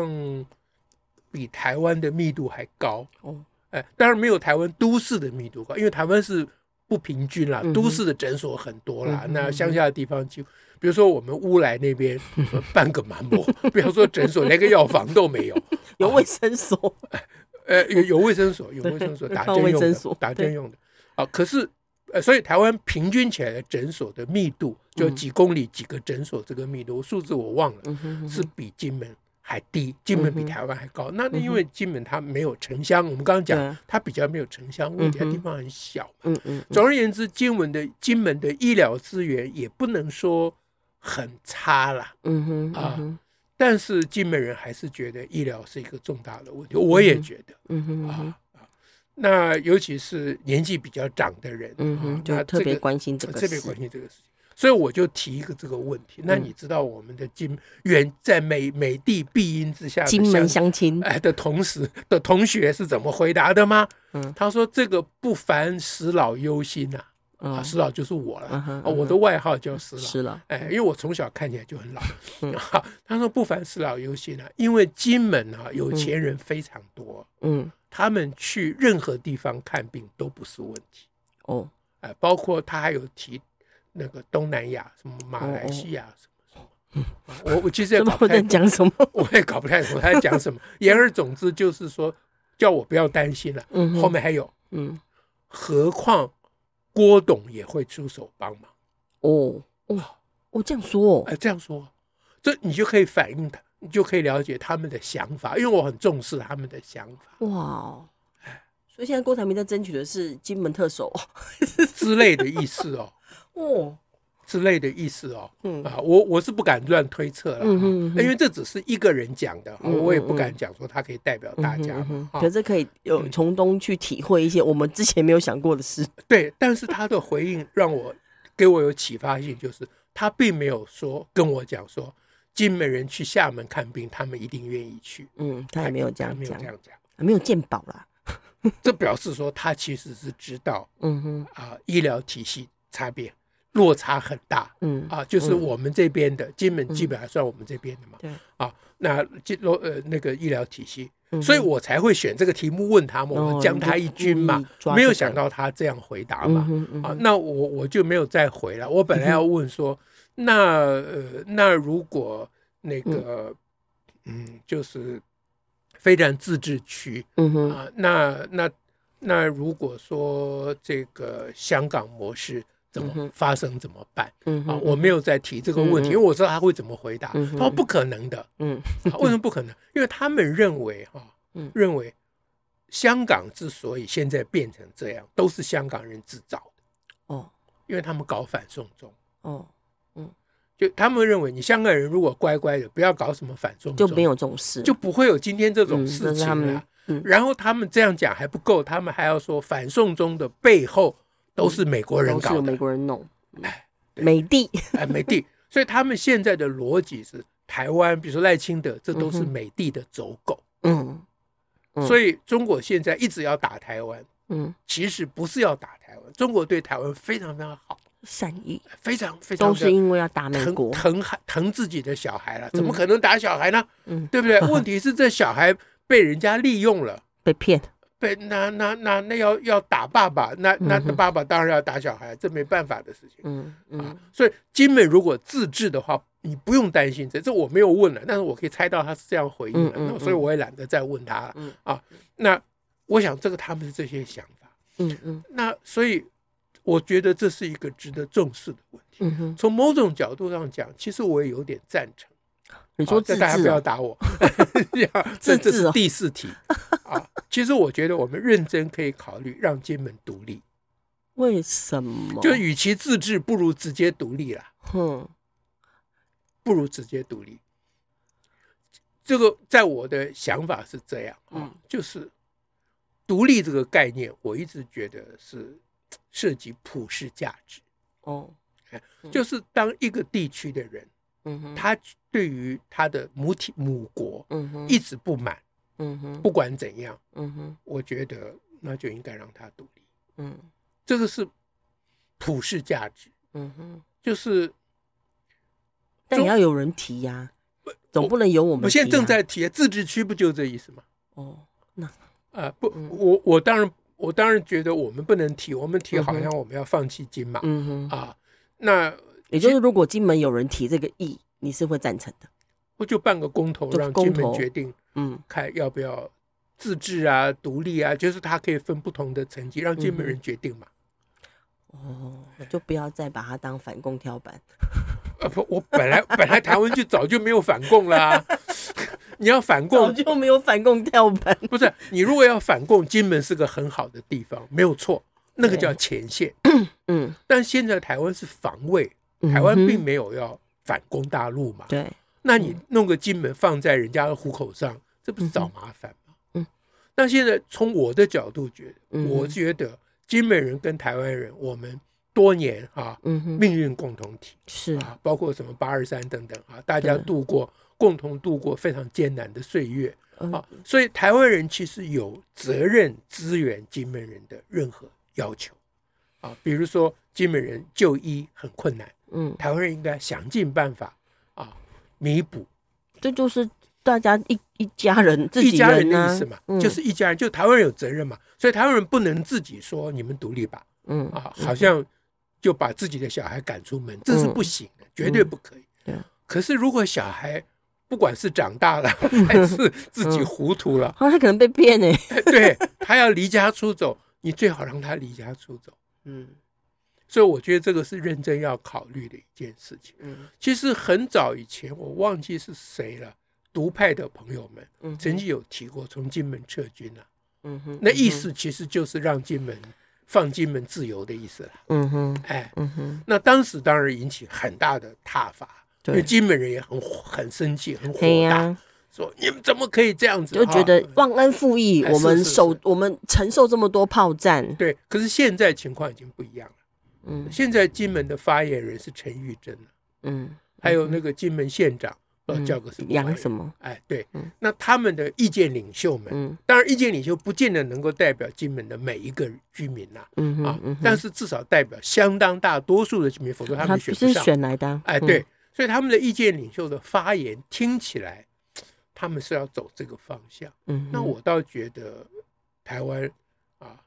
[SPEAKER 1] 比台湾的密度还高。
[SPEAKER 2] 哦
[SPEAKER 1] 哎，当然没有台湾都市的密度高，因为台湾是不平均啦，
[SPEAKER 2] 嗯哼
[SPEAKER 1] 都市的诊所很多啦，
[SPEAKER 2] 嗯哼
[SPEAKER 1] 那乡下的地方就。比如说我们乌来
[SPEAKER 2] <laughs>
[SPEAKER 1] 那边呃半个蛮魔，不要说诊所，连个药房都没有。
[SPEAKER 2] 有卫生所，
[SPEAKER 1] 呃，有有卫生所，有卫生所
[SPEAKER 2] 对
[SPEAKER 1] 打
[SPEAKER 2] 放
[SPEAKER 1] 针
[SPEAKER 2] 卫
[SPEAKER 1] 用
[SPEAKER 2] 生
[SPEAKER 1] 的
[SPEAKER 2] 所，
[SPEAKER 1] 打针
[SPEAKER 2] 对
[SPEAKER 1] 用的啊。可是呃，所以台湾平均起来的诊所的密度，就
[SPEAKER 2] 嗯
[SPEAKER 1] 几公里几个诊所这个密度，数字我忘了，
[SPEAKER 2] 嗯哼嗯哼
[SPEAKER 1] 是比金门还低，金门
[SPEAKER 2] 嗯
[SPEAKER 1] 比
[SPEAKER 2] 哼
[SPEAKER 1] 台湾还高。那那
[SPEAKER 2] 嗯
[SPEAKER 1] 因
[SPEAKER 2] 哼
[SPEAKER 1] 为金门它没有城乡，我们刚刚
[SPEAKER 2] 对
[SPEAKER 1] 讲它比较没有城乡问题，它
[SPEAKER 2] 嗯哼
[SPEAKER 1] 地方很小。
[SPEAKER 2] 嗯嗯嗯
[SPEAKER 1] 总而言之，金门的金门的医疗资源也不能说很差啦。
[SPEAKER 2] 嗯哼
[SPEAKER 1] 啊
[SPEAKER 2] 嗯哼
[SPEAKER 1] 但是金门人还是觉得医疗是一个重大的问题，我
[SPEAKER 2] 嗯
[SPEAKER 1] 也
[SPEAKER 2] 哼
[SPEAKER 1] 觉得。
[SPEAKER 2] 嗯哼嗯哼
[SPEAKER 1] 啊啊，那尤其是年纪比较长的人，
[SPEAKER 2] 嗯
[SPEAKER 1] 啊
[SPEAKER 2] 哼，
[SPEAKER 1] 那
[SPEAKER 2] 就特别
[SPEAKER 1] 这个呃
[SPEAKER 2] 关心这个
[SPEAKER 1] 特别
[SPEAKER 2] 事嗯
[SPEAKER 1] 关，心这个事情。所以我就提一个这个问题。那你知道我们的金远在美美帝庇荫之下的
[SPEAKER 2] 金门
[SPEAKER 1] 乡
[SPEAKER 2] 相亲，
[SPEAKER 1] 哎的同时的同学是怎么回答的吗？
[SPEAKER 2] 嗯
[SPEAKER 1] 他说这个不烦死老忧心呐、啊，
[SPEAKER 2] 嗯，
[SPEAKER 1] 死老就是我了，
[SPEAKER 2] 嗯哼
[SPEAKER 1] 啊我的外号叫死老。
[SPEAKER 2] 是了，
[SPEAKER 1] 哎，因为我从小看起来就很老，
[SPEAKER 2] 嗯
[SPEAKER 1] <laughs> 啊、他说不烦死老忧心啊，因为金门啊有钱人非常多，
[SPEAKER 2] 嗯
[SPEAKER 1] 他们去任何地方看病都不是问题，
[SPEAKER 2] 哦，
[SPEAKER 1] 哎、包括他还有提那个东南亚，什么马来西亚什么什么，啊我我其实也
[SPEAKER 2] 这
[SPEAKER 1] 搞
[SPEAKER 2] 哦么
[SPEAKER 1] 不
[SPEAKER 2] 在
[SPEAKER 1] 太，
[SPEAKER 2] 讲什么？
[SPEAKER 1] <laughs> 我也搞不太懂他在讲什么。言而总之就是说，叫我不要担心了、
[SPEAKER 2] 嗯哼
[SPEAKER 1] 后面还有，
[SPEAKER 2] 嗯
[SPEAKER 1] 何况郭董也会出手帮忙，
[SPEAKER 2] 哦哇哦这样说
[SPEAKER 1] 哎、这样说，这你就可以反映他，你就可以了解他们的想法，因为我很重视他们的想法。
[SPEAKER 2] 哦哇哦，所以现在郭台铭在争取的是金门特首
[SPEAKER 1] 之类的意思哦。
[SPEAKER 2] 哦，
[SPEAKER 1] 之类的意思哦。
[SPEAKER 2] 嗯
[SPEAKER 1] 啊，我我是不敢乱推测了啊，
[SPEAKER 2] 嗯哼嗯哼
[SPEAKER 1] 因为这只是一个人讲的，
[SPEAKER 2] 嗯嗯
[SPEAKER 1] 我也不敢讲说他可以代表大
[SPEAKER 2] 嗯
[SPEAKER 1] 家
[SPEAKER 2] 哼
[SPEAKER 1] 嘛
[SPEAKER 2] 嗯哼
[SPEAKER 1] 啊
[SPEAKER 2] 可。是可以有从中去体会一些我们之前没有想过的事。
[SPEAKER 1] 对，但是他的回应让我给我有启发性，就是他并没有说跟我讲说金门人去厦门看病，他们一定愿意去。
[SPEAKER 2] 嗯，他也没有这
[SPEAKER 1] 他
[SPEAKER 2] 样
[SPEAKER 1] 没有
[SPEAKER 2] 讲
[SPEAKER 1] 这，样讲，
[SPEAKER 2] 没有鉴宝啦。
[SPEAKER 1] 这表示说他其实是知道
[SPEAKER 2] 嗯哼，
[SPEAKER 1] 啊、医疗体系差别落差很大
[SPEAKER 2] 嗯，
[SPEAKER 1] 啊，就是我们这边的金门
[SPEAKER 2] 嗯
[SPEAKER 1] 基本还算我们这边的嘛
[SPEAKER 2] 对，
[SPEAKER 1] 啊，那金罗呃那个医疗体系，
[SPEAKER 2] 嗯哼
[SPEAKER 1] 所以我才会选这个题目问他嘛，
[SPEAKER 2] 哦
[SPEAKER 1] 我将他一军
[SPEAKER 2] 你
[SPEAKER 1] 嘛
[SPEAKER 2] 就故意抓，
[SPEAKER 1] 没有
[SPEAKER 2] 这个
[SPEAKER 1] 想到他这样回答
[SPEAKER 2] 嗯
[SPEAKER 1] 嘛，
[SPEAKER 2] 哼嗯
[SPEAKER 1] 啊，
[SPEAKER 2] 哼
[SPEAKER 1] 那我我就没有再回了。我本来要问说，
[SPEAKER 2] 嗯
[SPEAKER 1] 那呃，那如果那个，嗯，就是非常自治区
[SPEAKER 2] 嗯哼，
[SPEAKER 1] 啊，那那那如果说这个香港模式怎
[SPEAKER 2] 嗯哼
[SPEAKER 1] 么发生怎么办
[SPEAKER 2] 嗯
[SPEAKER 1] 啊？
[SPEAKER 2] 哼，
[SPEAKER 1] 我没有再提这个问题，
[SPEAKER 2] 嗯嗯
[SPEAKER 1] 因为我知道他会怎么回答。
[SPEAKER 2] 嗯
[SPEAKER 1] 他
[SPEAKER 2] 哼
[SPEAKER 1] 说不可能的，
[SPEAKER 2] 嗯
[SPEAKER 1] 啊为什么不可能？因为他们认为哈、
[SPEAKER 2] 嗯
[SPEAKER 1] 认为香港之所以现在变成这样，都是香港人制造。
[SPEAKER 2] 哦
[SPEAKER 1] 因为他们搞反送中，
[SPEAKER 2] 哦，
[SPEAKER 1] 就他们认为你香港人如果乖乖的，不要搞什么反送
[SPEAKER 2] 就
[SPEAKER 1] 中，
[SPEAKER 2] 没有重视，
[SPEAKER 1] 就不会有今天这
[SPEAKER 2] 嗯
[SPEAKER 1] 种
[SPEAKER 2] 这
[SPEAKER 1] 事
[SPEAKER 2] 是他
[SPEAKER 1] 情了
[SPEAKER 2] 们。，嗯
[SPEAKER 1] 然后他们这样讲还不够，他们还要说反送中的背后都是美国人
[SPEAKER 2] 都是
[SPEAKER 1] 搞
[SPEAKER 2] 由
[SPEAKER 1] 的
[SPEAKER 2] 美，国人弄，
[SPEAKER 1] 哎，对
[SPEAKER 2] 美帝，
[SPEAKER 1] 哎，美帝。所以他们现在的逻辑是，台湾，比如说赖清德，这都是
[SPEAKER 2] 嗯哼
[SPEAKER 1] 美帝的走狗。
[SPEAKER 2] 嗯嗯
[SPEAKER 1] 所以中国现在一直要打台湾，
[SPEAKER 2] 嗯，
[SPEAKER 1] 其实不是要打台湾，中国对台湾非常非常好，
[SPEAKER 2] 善意
[SPEAKER 1] 非常非常
[SPEAKER 2] 都
[SPEAKER 1] 的
[SPEAKER 2] 是因为要打美
[SPEAKER 1] 疼
[SPEAKER 2] 国，
[SPEAKER 1] 疼孩疼自己的小孩了，怎么
[SPEAKER 2] 嗯
[SPEAKER 1] 可能打小孩呢？
[SPEAKER 2] 嗯，
[SPEAKER 1] 对不对？问题是这小孩被人家利用了，
[SPEAKER 2] 被骗，
[SPEAKER 1] 被那那那那要要打爸爸，那那
[SPEAKER 2] 嗯哼
[SPEAKER 1] 爸爸当然要打小孩，这没办法的事情。
[SPEAKER 2] 嗯
[SPEAKER 1] 啊
[SPEAKER 2] 嗯，
[SPEAKER 1] 所以金门如果自治的话，你不用担心这，这我没有问了，但是我可以猜到他是这样回应的，
[SPEAKER 2] 嗯嗯
[SPEAKER 1] 那所以我也懒得再问他了、
[SPEAKER 2] 嗯
[SPEAKER 1] 啊。那我想这个他们是这些想法，
[SPEAKER 2] 嗯嗯
[SPEAKER 1] 那所以我觉得这是一个值得重视的问题。
[SPEAKER 2] 嗯哼，
[SPEAKER 1] 从某种角度上讲，其实我也有点赞成。
[SPEAKER 2] 你说
[SPEAKER 1] 啊这
[SPEAKER 2] 自
[SPEAKER 1] 大家不
[SPEAKER 2] 治
[SPEAKER 1] 要
[SPEAKER 2] 哦，<laughs>
[SPEAKER 1] 打我， <laughs> 这这
[SPEAKER 2] 自治
[SPEAKER 1] 是
[SPEAKER 2] 哦
[SPEAKER 1] 第四题啊。其实我觉得我们认真可以考虑让金门独立，
[SPEAKER 2] 为什么？
[SPEAKER 1] 就与其自治，不如直接独立啦，
[SPEAKER 2] 哼，
[SPEAKER 1] 不如直接独立。这个在我的想法是这样啊
[SPEAKER 2] 嗯，
[SPEAKER 1] 就是独立这个概念，我一直觉得是涉及普世价值，
[SPEAKER 2] 哦，嗯
[SPEAKER 1] 就是当一个地区的人，
[SPEAKER 2] 嗯哼，
[SPEAKER 1] 他对于他的母体母国
[SPEAKER 2] 嗯哼，
[SPEAKER 1] 一直不满，
[SPEAKER 2] 嗯哼，
[SPEAKER 1] 不管怎样。
[SPEAKER 2] 嗯哼，
[SPEAKER 1] 我觉得那就应该让他独立，
[SPEAKER 2] 嗯
[SPEAKER 1] 这个是普世价值，
[SPEAKER 2] 嗯哼，
[SPEAKER 1] 就是
[SPEAKER 2] 但也要有人提呀、总不能由我
[SPEAKER 1] 我
[SPEAKER 2] 们、
[SPEAKER 1] 们现在正在提自治区，不就这意思吗？
[SPEAKER 2] 哦，
[SPEAKER 1] 啊、不
[SPEAKER 2] 嗯，
[SPEAKER 1] 我我当然我当然觉得我们不能提，我们提
[SPEAKER 2] 嗯哼
[SPEAKER 1] 好像我们要放弃金马、
[SPEAKER 2] 嗯哼，
[SPEAKER 1] 啊，那
[SPEAKER 2] 也就是如果金门有人提这个意，你是会赞成的，
[SPEAKER 1] 我就办个公投，
[SPEAKER 2] 就
[SPEAKER 1] 让金
[SPEAKER 2] 公
[SPEAKER 1] 门
[SPEAKER 2] 投
[SPEAKER 1] 决定
[SPEAKER 2] 嗯
[SPEAKER 1] 看要不要自治啊、独立啊，就是它可以分不同的层级，让金门
[SPEAKER 2] 嗯哼
[SPEAKER 1] 人决定嘛。嗯
[SPEAKER 2] 哦，就不要再把它当反共跳板，
[SPEAKER 1] 啊不，我本来本来台湾就早就没有反共啦、 <laughs> 你要反
[SPEAKER 2] 早
[SPEAKER 1] 共，
[SPEAKER 2] 就没有反共跳板，
[SPEAKER 1] 不是，你如果要反共，金门是个很好的地方，没有错，那个叫前线。
[SPEAKER 2] 嗯，
[SPEAKER 1] 但现在台湾是防卫，
[SPEAKER 2] 嗯
[SPEAKER 1] 台湾
[SPEAKER 2] 哼
[SPEAKER 1] 并没有要反攻大陆嘛。
[SPEAKER 2] 对，
[SPEAKER 1] 那你
[SPEAKER 2] 嗯
[SPEAKER 1] 弄个金门放在人家的虎口上，这不是找麻烦吗？
[SPEAKER 2] 嗯。
[SPEAKER 1] 那现在从我的角度觉得，
[SPEAKER 2] 嗯哼
[SPEAKER 1] 我觉得金门人跟台湾人，我们多年啊
[SPEAKER 2] 嗯哼，
[SPEAKER 1] 命运共同体
[SPEAKER 2] 是，
[SPEAKER 1] 啊，包括什么八二三等等啊，大家
[SPEAKER 2] 嗯对
[SPEAKER 1] 度过共同度过非常艰难的岁月。
[SPEAKER 2] 嗯、
[SPEAKER 1] 啊，所以台湾人其实有责任支援金门人的任何要求啊，比如说金门人就医很困难，
[SPEAKER 2] 嗯，
[SPEAKER 1] 台湾人应该想尽办法啊弥补
[SPEAKER 2] 这就是大家一一家人自
[SPEAKER 1] 一
[SPEAKER 2] 己
[SPEAKER 1] 家人
[SPEAKER 2] 啊
[SPEAKER 1] 的意思嘛，
[SPEAKER 2] 嗯
[SPEAKER 1] 就是一家人，就台湾人有责任嘛，所以台湾人不能自己说你们独立吧
[SPEAKER 2] 嗯嗯
[SPEAKER 1] 啊，好像就把自己的小孩赶出门，这是不行的，绝对不可以。
[SPEAKER 2] 对
[SPEAKER 1] 可是如果小孩不管是长大
[SPEAKER 2] <laughs>
[SPEAKER 1] 了还是自己
[SPEAKER 2] 嗯
[SPEAKER 1] 糊涂了，
[SPEAKER 2] 啊，他可能被骗呢、
[SPEAKER 1] 对他要离家出走，你最好让他离家出走。
[SPEAKER 2] 嗯
[SPEAKER 1] 所以我觉得这个是认真要考虑的一件事情。
[SPEAKER 2] 嗯
[SPEAKER 1] 其实很早以前，我忘记是谁了，独派的朋友们
[SPEAKER 2] 嗯哼
[SPEAKER 1] 曾经有提过从金门撤军啊，
[SPEAKER 2] 嗯哼，
[SPEAKER 1] 那意思其实就是让金门放金门自由的意思了。
[SPEAKER 2] 嗯哼，
[SPEAKER 1] 哎，
[SPEAKER 2] 嗯哼，
[SPEAKER 1] 那当时当然引起很大的挞伐，因为
[SPEAKER 2] 对，
[SPEAKER 1] 金门人也很火很生气，很火
[SPEAKER 2] 嘿
[SPEAKER 1] 大，
[SPEAKER 2] 呀、
[SPEAKER 1] 说你们怎么可以这样子？
[SPEAKER 2] 就觉得
[SPEAKER 1] 啊
[SPEAKER 2] 忘恩负义，
[SPEAKER 1] 哎
[SPEAKER 2] 我们
[SPEAKER 1] 是是
[SPEAKER 2] 受
[SPEAKER 1] 是
[SPEAKER 2] 我们承受这么多炮战，
[SPEAKER 1] 对，可是现在情况已经不一样了。
[SPEAKER 2] 嗯
[SPEAKER 1] 现在金门的发言人是陈玉珍，
[SPEAKER 2] 嗯，
[SPEAKER 1] 还有那个金门县长，不知道叫个什么
[SPEAKER 2] 养什
[SPEAKER 1] 么？
[SPEAKER 2] 么？
[SPEAKER 1] 哎，对
[SPEAKER 2] 嗯，
[SPEAKER 1] 那他们的意见领袖们，
[SPEAKER 2] 嗯
[SPEAKER 1] 当然意见领袖不见得能够代表金门的每一个居民呐，
[SPEAKER 2] 嗯哼
[SPEAKER 1] 啊
[SPEAKER 2] 嗯哼，，
[SPEAKER 1] 但是至少代表相当大多数的居民，否则他
[SPEAKER 2] 他
[SPEAKER 1] 们选
[SPEAKER 2] 是
[SPEAKER 1] 不上。
[SPEAKER 2] 选来的啊，
[SPEAKER 1] 哎，
[SPEAKER 2] 嗯
[SPEAKER 1] 对，，所以他们的意见领袖的发言听起来，他们是要走这个方向。
[SPEAKER 2] 嗯哼，
[SPEAKER 1] 那我倒觉得台湾啊，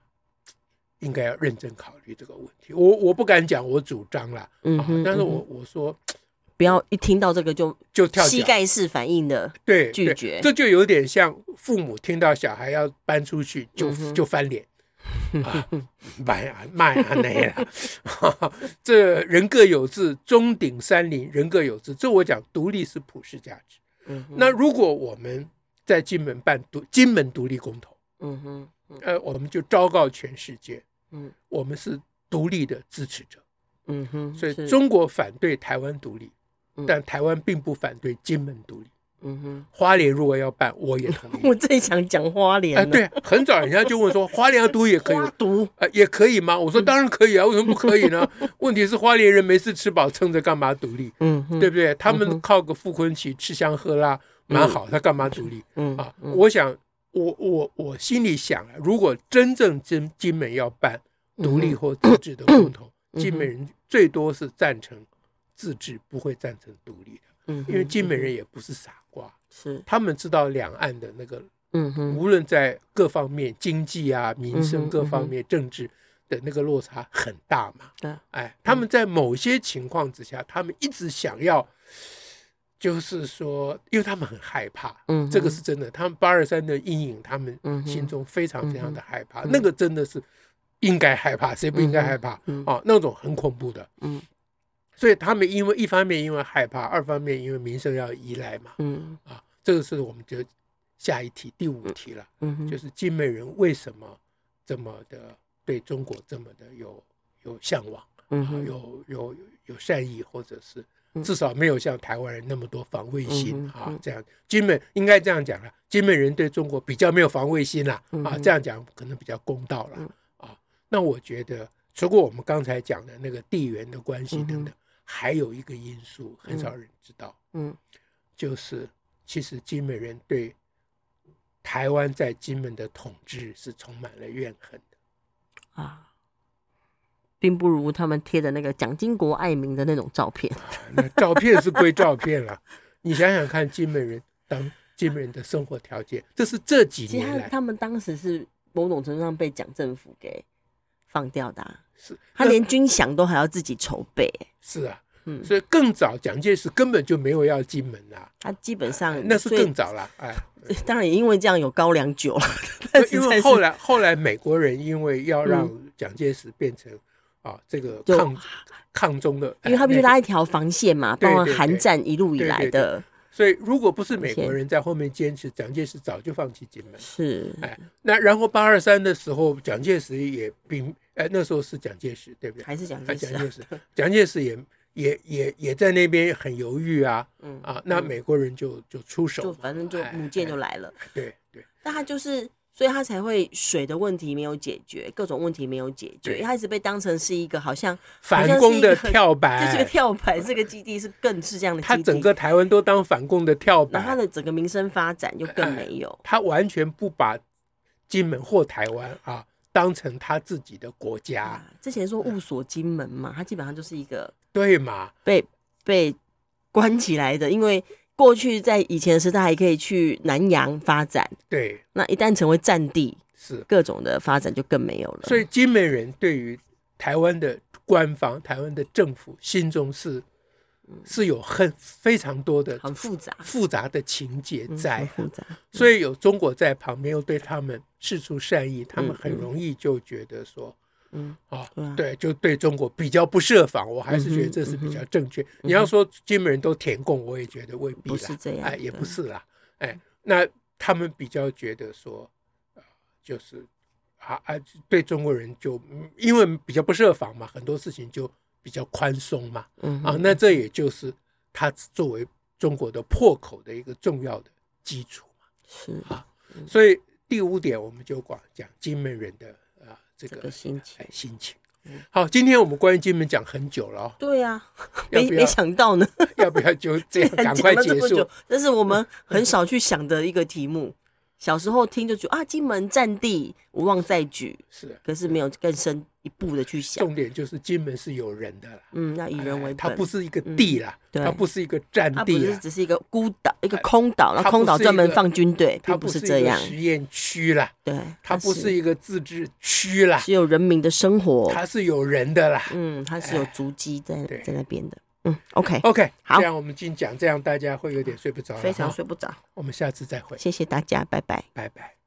[SPEAKER 1] 应该要认真考虑这个问题。我我不敢讲我主张啦，
[SPEAKER 2] 嗯
[SPEAKER 1] 啊
[SPEAKER 2] 哼，，
[SPEAKER 1] 但是
[SPEAKER 2] 嗯哼
[SPEAKER 1] 我我说
[SPEAKER 2] 不要一听到这个就
[SPEAKER 1] 就跳
[SPEAKER 2] 膝
[SPEAKER 1] 脚
[SPEAKER 2] 盖式反应的，
[SPEAKER 1] 对
[SPEAKER 2] 拒
[SPEAKER 1] 对
[SPEAKER 2] 绝
[SPEAKER 1] 这就有点像父母听到小孩要搬出去就、
[SPEAKER 2] 嗯哼
[SPEAKER 1] 就翻
[SPEAKER 2] <laughs>
[SPEAKER 1] 脸。啊，买啊卖啊那了， <laughs> 这人各有志，中鼎山林人各有志。这我讲独立是普世价值。
[SPEAKER 2] 嗯哼
[SPEAKER 1] 那如果我们在金门办独金门独立公投，
[SPEAKER 2] 嗯哼嗯
[SPEAKER 1] 呃，我们就昭告全世界，
[SPEAKER 2] 嗯
[SPEAKER 1] 我们是独立的支持者。
[SPEAKER 2] 嗯哼，
[SPEAKER 1] 所以
[SPEAKER 2] 是
[SPEAKER 1] 中国反对台湾独立
[SPEAKER 2] 嗯，
[SPEAKER 1] 但台湾并不反对金门独立。
[SPEAKER 2] 嗯哼， <laughs>
[SPEAKER 1] 花莲如果要办，我也同意。
[SPEAKER 2] 我最想讲花莲
[SPEAKER 1] 哎，
[SPEAKER 2] 了，
[SPEAKER 1] 对，很早人家就问说，花莲要独立也可以
[SPEAKER 2] 花，嗯毒，
[SPEAKER 1] 呃，也可以吗？我说当然可以啊，为什么不可以呢？问题是花莲人没事吃饱撑着，干嘛独立？
[SPEAKER 2] 嗯哼，
[SPEAKER 1] 对不对？他们靠个傅昆萁吃香喝辣，蛮好，他干嘛独立？
[SPEAKER 2] 嗯
[SPEAKER 1] 啊，我想，我我我心里想啊，如果真正金金门要办
[SPEAKER 2] 嗯
[SPEAKER 1] 独立或自治的公投，金门人最多是赞成自治，不会赞成独立的，
[SPEAKER 2] 嗯哼，
[SPEAKER 1] 因为金门人也不是傻瓜，
[SPEAKER 2] 是
[SPEAKER 1] 他们知道两岸的那个，
[SPEAKER 2] 嗯哼
[SPEAKER 1] 无论在各方面经济啊、民
[SPEAKER 2] 嗯哼
[SPEAKER 1] 生各
[SPEAKER 2] 嗯
[SPEAKER 1] 方
[SPEAKER 2] 哼
[SPEAKER 1] 面、政治的那个落差很大嘛。
[SPEAKER 2] 对，嗯
[SPEAKER 1] 哎，他们在某些情况之下，他们一直想要，就是说，因为他们很害怕，
[SPEAKER 2] 嗯哼
[SPEAKER 1] 这个是真的。他们八二三的阴影，他们
[SPEAKER 2] 嗯哼
[SPEAKER 1] 心中非常非常的害怕，那个真的是应该害怕，谁不应该害怕、
[SPEAKER 2] 嗯
[SPEAKER 1] 啊？那种很恐怖的。
[SPEAKER 2] 嗯
[SPEAKER 1] 所以他们因为一方面因为害怕，二方面因为民生要依赖嘛，
[SPEAKER 2] 嗯
[SPEAKER 1] 啊，这个是我们就下一题第五题了，
[SPEAKER 2] 嗯哼，
[SPEAKER 1] 就是金门人为什么这么的对中国这么的有有向往。
[SPEAKER 2] 嗯
[SPEAKER 1] 啊，
[SPEAKER 2] 哼
[SPEAKER 1] 有有有善意，或者是
[SPEAKER 2] 嗯
[SPEAKER 1] 至少没有像台湾人那么多防卫心
[SPEAKER 2] 嗯哼
[SPEAKER 1] 啊
[SPEAKER 2] 嗯。
[SPEAKER 1] 这样，金门应该这样讲了，金门人对中国比较没有防卫心啦
[SPEAKER 2] 嗯
[SPEAKER 1] 啊，
[SPEAKER 2] 哼
[SPEAKER 1] 这样讲可能比较公道
[SPEAKER 2] 嗯
[SPEAKER 1] 了啊。那我觉得，除过我们刚才讲的那个地缘的关系等
[SPEAKER 2] 嗯
[SPEAKER 1] 等，还有一个因素很少人知道，
[SPEAKER 2] 嗯
[SPEAKER 1] 就是其实金门人对台湾在金门的统治是充满了怨恨的。
[SPEAKER 2] 啊，并不如他们贴的那个蒋经国爱民的那种照片。
[SPEAKER 1] 啊那照片是归照片 <laughs> 了，你想想看，金门人当金门人的生活条件，这是这几
[SPEAKER 2] 其实
[SPEAKER 1] 年
[SPEAKER 2] 他
[SPEAKER 1] 来
[SPEAKER 2] 他们当时是某种程度上被蒋政府给放掉的啊、
[SPEAKER 1] 是
[SPEAKER 2] 他
[SPEAKER 1] 那
[SPEAKER 2] 连军饷都还要自己筹备、
[SPEAKER 1] 是啊，
[SPEAKER 2] 嗯，
[SPEAKER 1] 所以更早蒋介石根本就没有要金门啦，
[SPEAKER 2] 他基本上
[SPEAKER 1] 那
[SPEAKER 2] 嗯
[SPEAKER 1] 是
[SPEAKER 2] 所以 <laughs>
[SPEAKER 1] 更早了，哎，
[SPEAKER 2] 当然也因为这样有高粱酒
[SPEAKER 1] <laughs>
[SPEAKER 2] 了，但
[SPEAKER 1] 那
[SPEAKER 2] 是
[SPEAKER 1] 因
[SPEAKER 2] 在
[SPEAKER 1] 为
[SPEAKER 2] 是
[SPEAKER 1] 后来后来美国人因为要让蒋介石变成啊这个
[SPEAKER 2] 就
[SPEAKER 1] 抗抗中的，
[SPEAKER 2] 因为他必须
[SPEAKER 1] 哎那个
[SPEAKER 2] 拉一条防线嘛，
[SPEAKER 1] 对
[SPEAKER 2] 包含
[SPEAKER 1] 对对
[SPEAKER 2] 韩战一路以
[SPEAKER 1] 对对
[SPEAKER 2] 来
[SPEAKER 1] 对
[SPEAKER 2] 的，
[SPEAKER 1] 所以如果不是美国人在后面坚持，蒋介石早就放弃金门了。
[SPEAKER 2] 是，
[SPEAKER 1] 哎，那然后八二三的时候，蒋介石也并哎那时候是蒋介石对不对？
[SPEAKER 2] 还是蒋
[SPEAKER 1] 啊，
[SPEAKER 2] 介石
[SPEAKER 1] 蒋
[SPEAKER 2] 啊、
[SPEAKER 1] 介石，蒋介石也也也也在那边很犹豫啊
[SPEAKER 2] 嗯，
[SPEAKER 1] 啊，那美国人就就出手
[SPEAKER 2] 就
[SPEAKER 1] 了，
[SPEAKER 2] 反正就
[SPEAKER 1] 哎
[SPEAKER 2] 母舰就，来了。
[SPEAKER 1] 哎对对
[SPEAKER 2] 那他就是，所以他才会水的问题没有解决，各种问题没有解决，
[SPEAKER 1] 对
[SPEAKER 2] 一开始被当成是一个好像
[SPEAKER 1] <laughs> 反攻
[SPEAKER 2] <laughs>
[SPEAKER 1] 的跳
[SPEAKER 2] 这是个
[SPEAKER 1] 板，
[SPEAKER 2] 跳板，这个基地是更是这样的基
[SPEAKER 1] 他
[SPEAKER 2] 地。
[SPEAKER 1] 整个台湾都当反攻的跳
[SPEAKER 2] 然后他
[SPEAKER 1] 板，
[SPEAKER 2] 的整个民生发展就更没有，
[SPEAKER 1] 他完全不把金门或台湾啊当成他自己的国家，
[SPEAKER 2] 啊之前说雾锁金门嘛，它基本上就是一个
[SPEAKER 1] 对嘛？
[SPEAKER 2] 被被关起来的，因为过去在以前的时代还可以去南洋发展，
[SPEAKER 1] 对，
[SPEAKER 2] 那一旦成为战地，
[SPEAKER 1] 是，
[SPEAKER 2] 各种的发展就更没有了。
[SPEAKER 1] 所以金门人对于台湾的官方、台湾的政府心中是。是有很非常多的
[SPEAKER 2] 嗯很复杂，
[SPEAKER 1] 复杂的情节
[SPEAKER 2] 嗯
[SPEAKER 1] 在啊
[SPEAKER 2] 很，复杂，
[SPEAKER 1] 所以有中国在旁边又对他们示出善意，他们很
[SPEAKER 2] 嗯
[SPEAKER 1] 容易就觉得说，
[SPEAKER 2] 嗯，
[SPEAKER 1] 啊
[SPEAKER 2] 对啊，
[SPEAKER 1] 对，就对中国比较不设防。我还是觉得
[SPEAKER 2] 嗯哼
[SPEAKER 1] 这是比
[SPEAKER 2] 嗯
[SPEAKER 1] 较正确。你要说金门人都填供，我也觉得未必
[SPEAKER 2] 不
[SPEAKER 1] 啦，
[SPEAKER 2] 是这样
[SPEAKER 1] 哎，也
[SPEAKER 2] 的嗯
[SPEAKER 1] 不是啦，哎，那他们比较觉得说，呃就是啊啊，对中国人就嗯因为比较不设防嘛，很多事情就比较宽松嘛，
[SPEAKER 2] 嗯
[SPEAKER 1] 啊，那这也就是它作为中国的破口的一个重要的基础。
[SPEAKER 2] 是嗯
[SPEAKER 1] 所以第五点，我们就讲讲金门人的啊、这
[SPEAKER 2] 这
[SPEAKER 1] 个、
[SPEAKER 2] 个心情嗯
[SPEAKER 1] 哎、心情。好，今天我们关于金门讲很久了、
[SPEAKER 2] <laughs>
[SPEAKER 1] 哦，
[SPEAKER 2] 对呀、啊，
[SPEAKER 1] <laughs> 要
[SPEAKER 2] 没
[SPEAKER 1] 不
[SPEAKER 2] 没
[SPEAKER 1] 要
[SPEAKER 2] 想到呢，
[SPEAKER 1] 要不要就这样
[SPEAKER 2] <laughs>
[SPEAKER 1] 赶
[SPEAKER 2] 讲
[SPEAKER 1] 快
[SPEAKER 2] 了这
[SPEAKER 1] 结
[SPEAKER 2] 么
[SPEAKER 1] 束
[SPEAKER 2] 久？，这是我
[SPEAKER 1] <laughs>
[SPEAKER 2] 们很少去想的一个题目。小时候听就觉得啊，金门战地无望再举，
[SPEAKER 1] 是，
[SPEAKER 2] 可是没有更深一步的去想。
[SPEAKER 1] 重点就是金门是有人的啦，
[SPEAKER 2] 嗯，要以人为本，
[SPEAKER 1] 哎
[SPEAKER 2] 嗯
[SPEAKER 1] 它不是一个地啦，
[SPEAKER 2] 对
[SPEAKER 1] 它不是一个战
[SPEAKER 2] 它不
[SPEAKER 1] 地
[SPEAKER 2] 是
[SPEAKER 1] 啦，
[SPEAKER 2] 只是一个孤岛，一个空岛，然后
[SPEAKER 1] 它不
[SPEAKER 2] 空岛
[SPEAKER 1] 是
[SPEAKER 2] 专
[SPEAKER 1] 一
[SPEAKER 2] 门
[SPEAKER 1] 个
[SPEAKER 2] 放军队，
[SPEAKER 1] 它
[SPEAKER 2] 并不是
[SPEAKER 1] 一
[SPEAKER 2] 这
[SPEAKER 1] 个
[SPEAKER 2] 样。
[SPEAKER 1] 实验区啦，
[SPEAKER 2] 对，
[SPEAKER 1] 它不是
[SPEAKER 2] 是
[SPEAKER 1] 一个自治区啦，
[SPEAKER 2] 是有人民的生活，
[SPEAKER 1] 它是有人的啦。
[SPEAKER 2] 嗯，它是有足迹在
[SPEAKER 1] 对哦
[SPEAKER 2] 在那边的。嗯，OK，
[SPEAKER 1] OK，
[SPEAKER 2] 好
[SPEAKER 1] 这样我们进讲，这样大家会有点睡不着了哈。
[SPEAKER 2] 非常睡不着，
[SPEAKER 1] 我们下次再会，
[SPEAKER 2] 谢谢大家，拜拜。
[SPEAKER 1] 拜拜。